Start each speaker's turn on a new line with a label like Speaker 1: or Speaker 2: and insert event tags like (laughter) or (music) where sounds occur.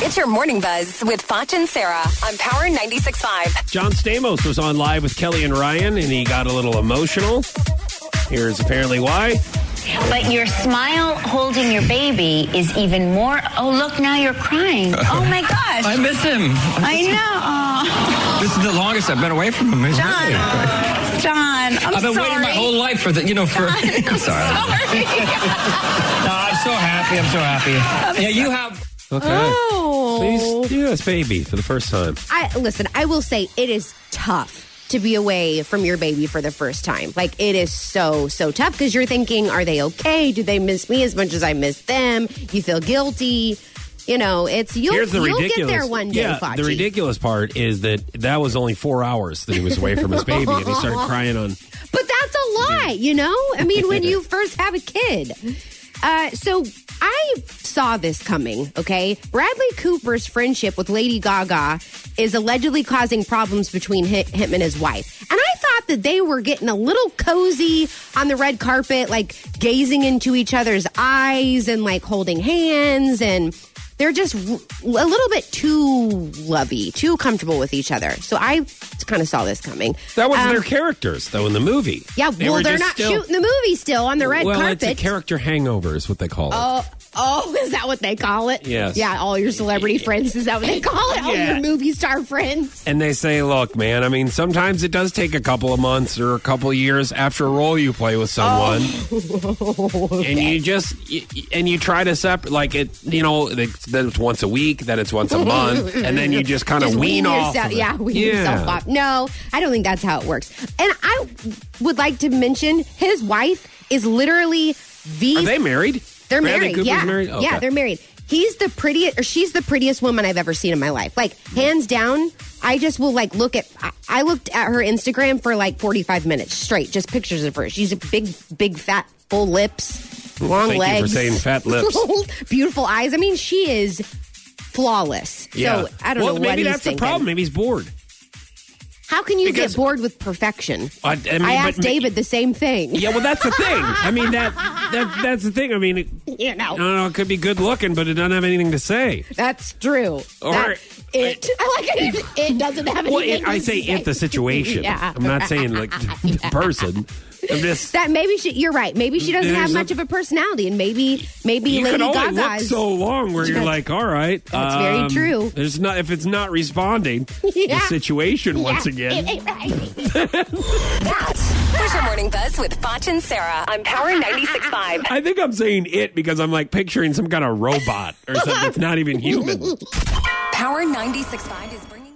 Speaker 1: It's your morning buzz with Foch and Sarah on Power 96.5.
Speaker 2: John Stamos was on live with Kelly and Ryan, and he got a little emotional. Here's apparently why.
Speaker 3: But your smile holding your baby is even more. Oh, look, now you're crying.
Speaker 4: (laughs)
Speaker 3: Oh my gosh.
Speaker 4: I miss him.
Speaker 3: I know.
Speaker 4: This is the longest I've been away from him. It's
Speaker 3: John.
Speaker 4: really-
Speaker 3: John, I'm
Speaker 4: I've been
Speaker 3: sorry.
Speaker 4: waiting my whole life for the, you know, for.
Speaker 3: (laughs)
Speaker 4: (laughs)
Speaker 3: I'm
Speaker 4: sorry.
Speaker 3: sorry.
Speaker 4: No, I'm so happy. I'm so happy. yeah, you have.
Speaker 2: Okay. So
Speaker 5: Oh.
Speaker 2: he's yes, baby for the first time.
Speaker 5: I listen, I will say it is tough to be away from your baby for the first time. Like it is so so tough because you're thinking, are they okay? Do they miss me as much as I miss them? You feel guilty. You know, it's you'll
Speaker 2: Here's the
Speaker 5: you'll
Speaker 2: ridiculous.
Speaker 5: get there one day,
Speaker 2: yeah, the
Speaker 5: Fauci.
Speaker 2: ridiculous part is that that was only four hours that he was away from his baby, and he started
Speaker 5: (laughs)
Speaker 2: crying on.
Speaker 5: But that's a lie, you know? I mean,
Speaker 2: (laughs)
Speaker 5: when you first have a kid. Uh, so I saw this coming, okay? Bradley Cooper's friendship with Lady Gaga is allegedly causing problems between hi- him and his wife. And I thought that they were getting a little cozy on the red carpet, like gazing into each other's eyes and like holding hands and they're just w- a little bit too lovey, too comfortable with each other. So I kind of saw this coming.
Speaker 2: That was
Speaker 5: Um,
Speaker 2: their characters, though, in the movie.
Speaker 5: yeah,
Speaker 2: They
Speaker 5: well,
Speaker 2: were
Speaker 5: they're
Speaker 2: just
Speaker 5: not
Speaker 2: still-
Speaker 5: shooting the movie still on the red
Speaker 2: well,
Speaker 5: carpet.
Speaker 2: it's a character hangover, is what they call it.
Speaker 5: oh, oh, is that what they call it?
Speaker 2: Yes.
Speaker 5: Yeah, all your celebrity friends. Is that what they call it? All
Speaker 2: Yeah.
Speaker 5: your movie star friends.
Speaker 2: And they say, look, man, I mean, sometimes it does take a couple of months or a couple of years after a role you play with someone.
Speaker 5: Oh.
Speaker 2: And you just, y- y- and you try to separate, like, it, you know, that that it's once a week, that it's once a month, and then you just kind of
Speaker 5: Just
Speaker 2: wean, off.
Speaker 5: yourself,
Speaker 2: of it.
Speaker 5: yeah, wean
Speaker 2: Yeah.
Speaker 5: yourself off. No, I don't think that's how it works. And I would like to mention his wife is literally the
Speaker 2: Are they married?
Speaker 5: They're
Speaker 2: Bradley
Speaker 5: married.
Speaker 2: Cooper's
Speaker 5: yeah.
Speaker 2: married? Oh,
Speaker 5: Yeah,
Speaker 2: okay.
Speaker 5: they're married. He's the prettiest, or she's the prettiest woman I've ever seen in my life. Like,
Speaker 2: Mm.
Speaker 5: hands down, I just will, like, look at, I, I looked at her Instagram for like 45 minutes straight, just pictures of her. She's a big, big, fat, full lips, long
Speaker 2: Thank you for
Speaker 5: legs.
Speaker 2: saying
Speaker 5: (laughs)
Speaker 2: fat lips.
Speaker 5: Beautiful eyes. I mean, she is flawless.
Speaker 2: Yeah.
Speaker 5: So, I don't
Speaker 2: well,
Speaker 5: know what
Speaker 2: maybe
Speaker 5: he's
Speaker 2: that's
Speaker 5: thinking.
Speaker 2: the problem. Maybe he's bored.
Speaker 5: How can you
Speaker 2: Because-
Speaker 5: get bored with perfection?
Speaker 2: I- I mean, but
Speaker 5: asked
Speaker 2: ma-
Speaker 5: David the same thing.
Speaker 2: Yeah, well, that's the thing. I mean, that, that that's the thing. I mean, it,
Speaker 5: (laughs) You know.
Speaker 2: I don't know, it could be good looking, but it doesn't have anything to say.
Speaker 5: That's true.
Speaker 2: Or-
Speaker 5: That- it. I (laughs) like it. It doesn't have anything.
Speaker 2: Well, it, I
Speaker 5: to
Speaker 2: say it the
Speaker 5: (laughs)
Speaker 2: situation.
Speaker 5: Yeah.
Speaker 2: I'm not saying
Speaker 5: (laughs)
Speaker 2: like the person. I'm just.
Speaker 5: That maybe she, you're right. Maybe she doesn't
Speaker 2: There's
Speaker 5: have
Speaker 2: a-
Speaker 5: much of a personality, and maybe maybe
Speaker 2: You
Speaker 5: Lady
Speaker 2: can only
Speaker 5: Gaga
Speaker 2: look
Speaker 5: is
Speaker 2: so long where you're like, all right. um,
Speaker 5: That's very true.
Speaker 2: There's not if it's not
Speaker 5: (laughs)
Speaker 2: responding. The
Speaker 5: Yeah.
Speaker 2: situation once
Speaker 5: Yeah,
Speaker 2: again.
Speaker 5: it (laughs) ain't right.
Speaker 1: That was your morning buzz with Foch and Sarah on Power 96.5.
Speaker 2: I think I'm saying it because I'm like
Speaker 5: (laughs)
Speaker 2: picturing some kind of robot or something that's not even human.
Speaker 1: Power 96.5 is bringing.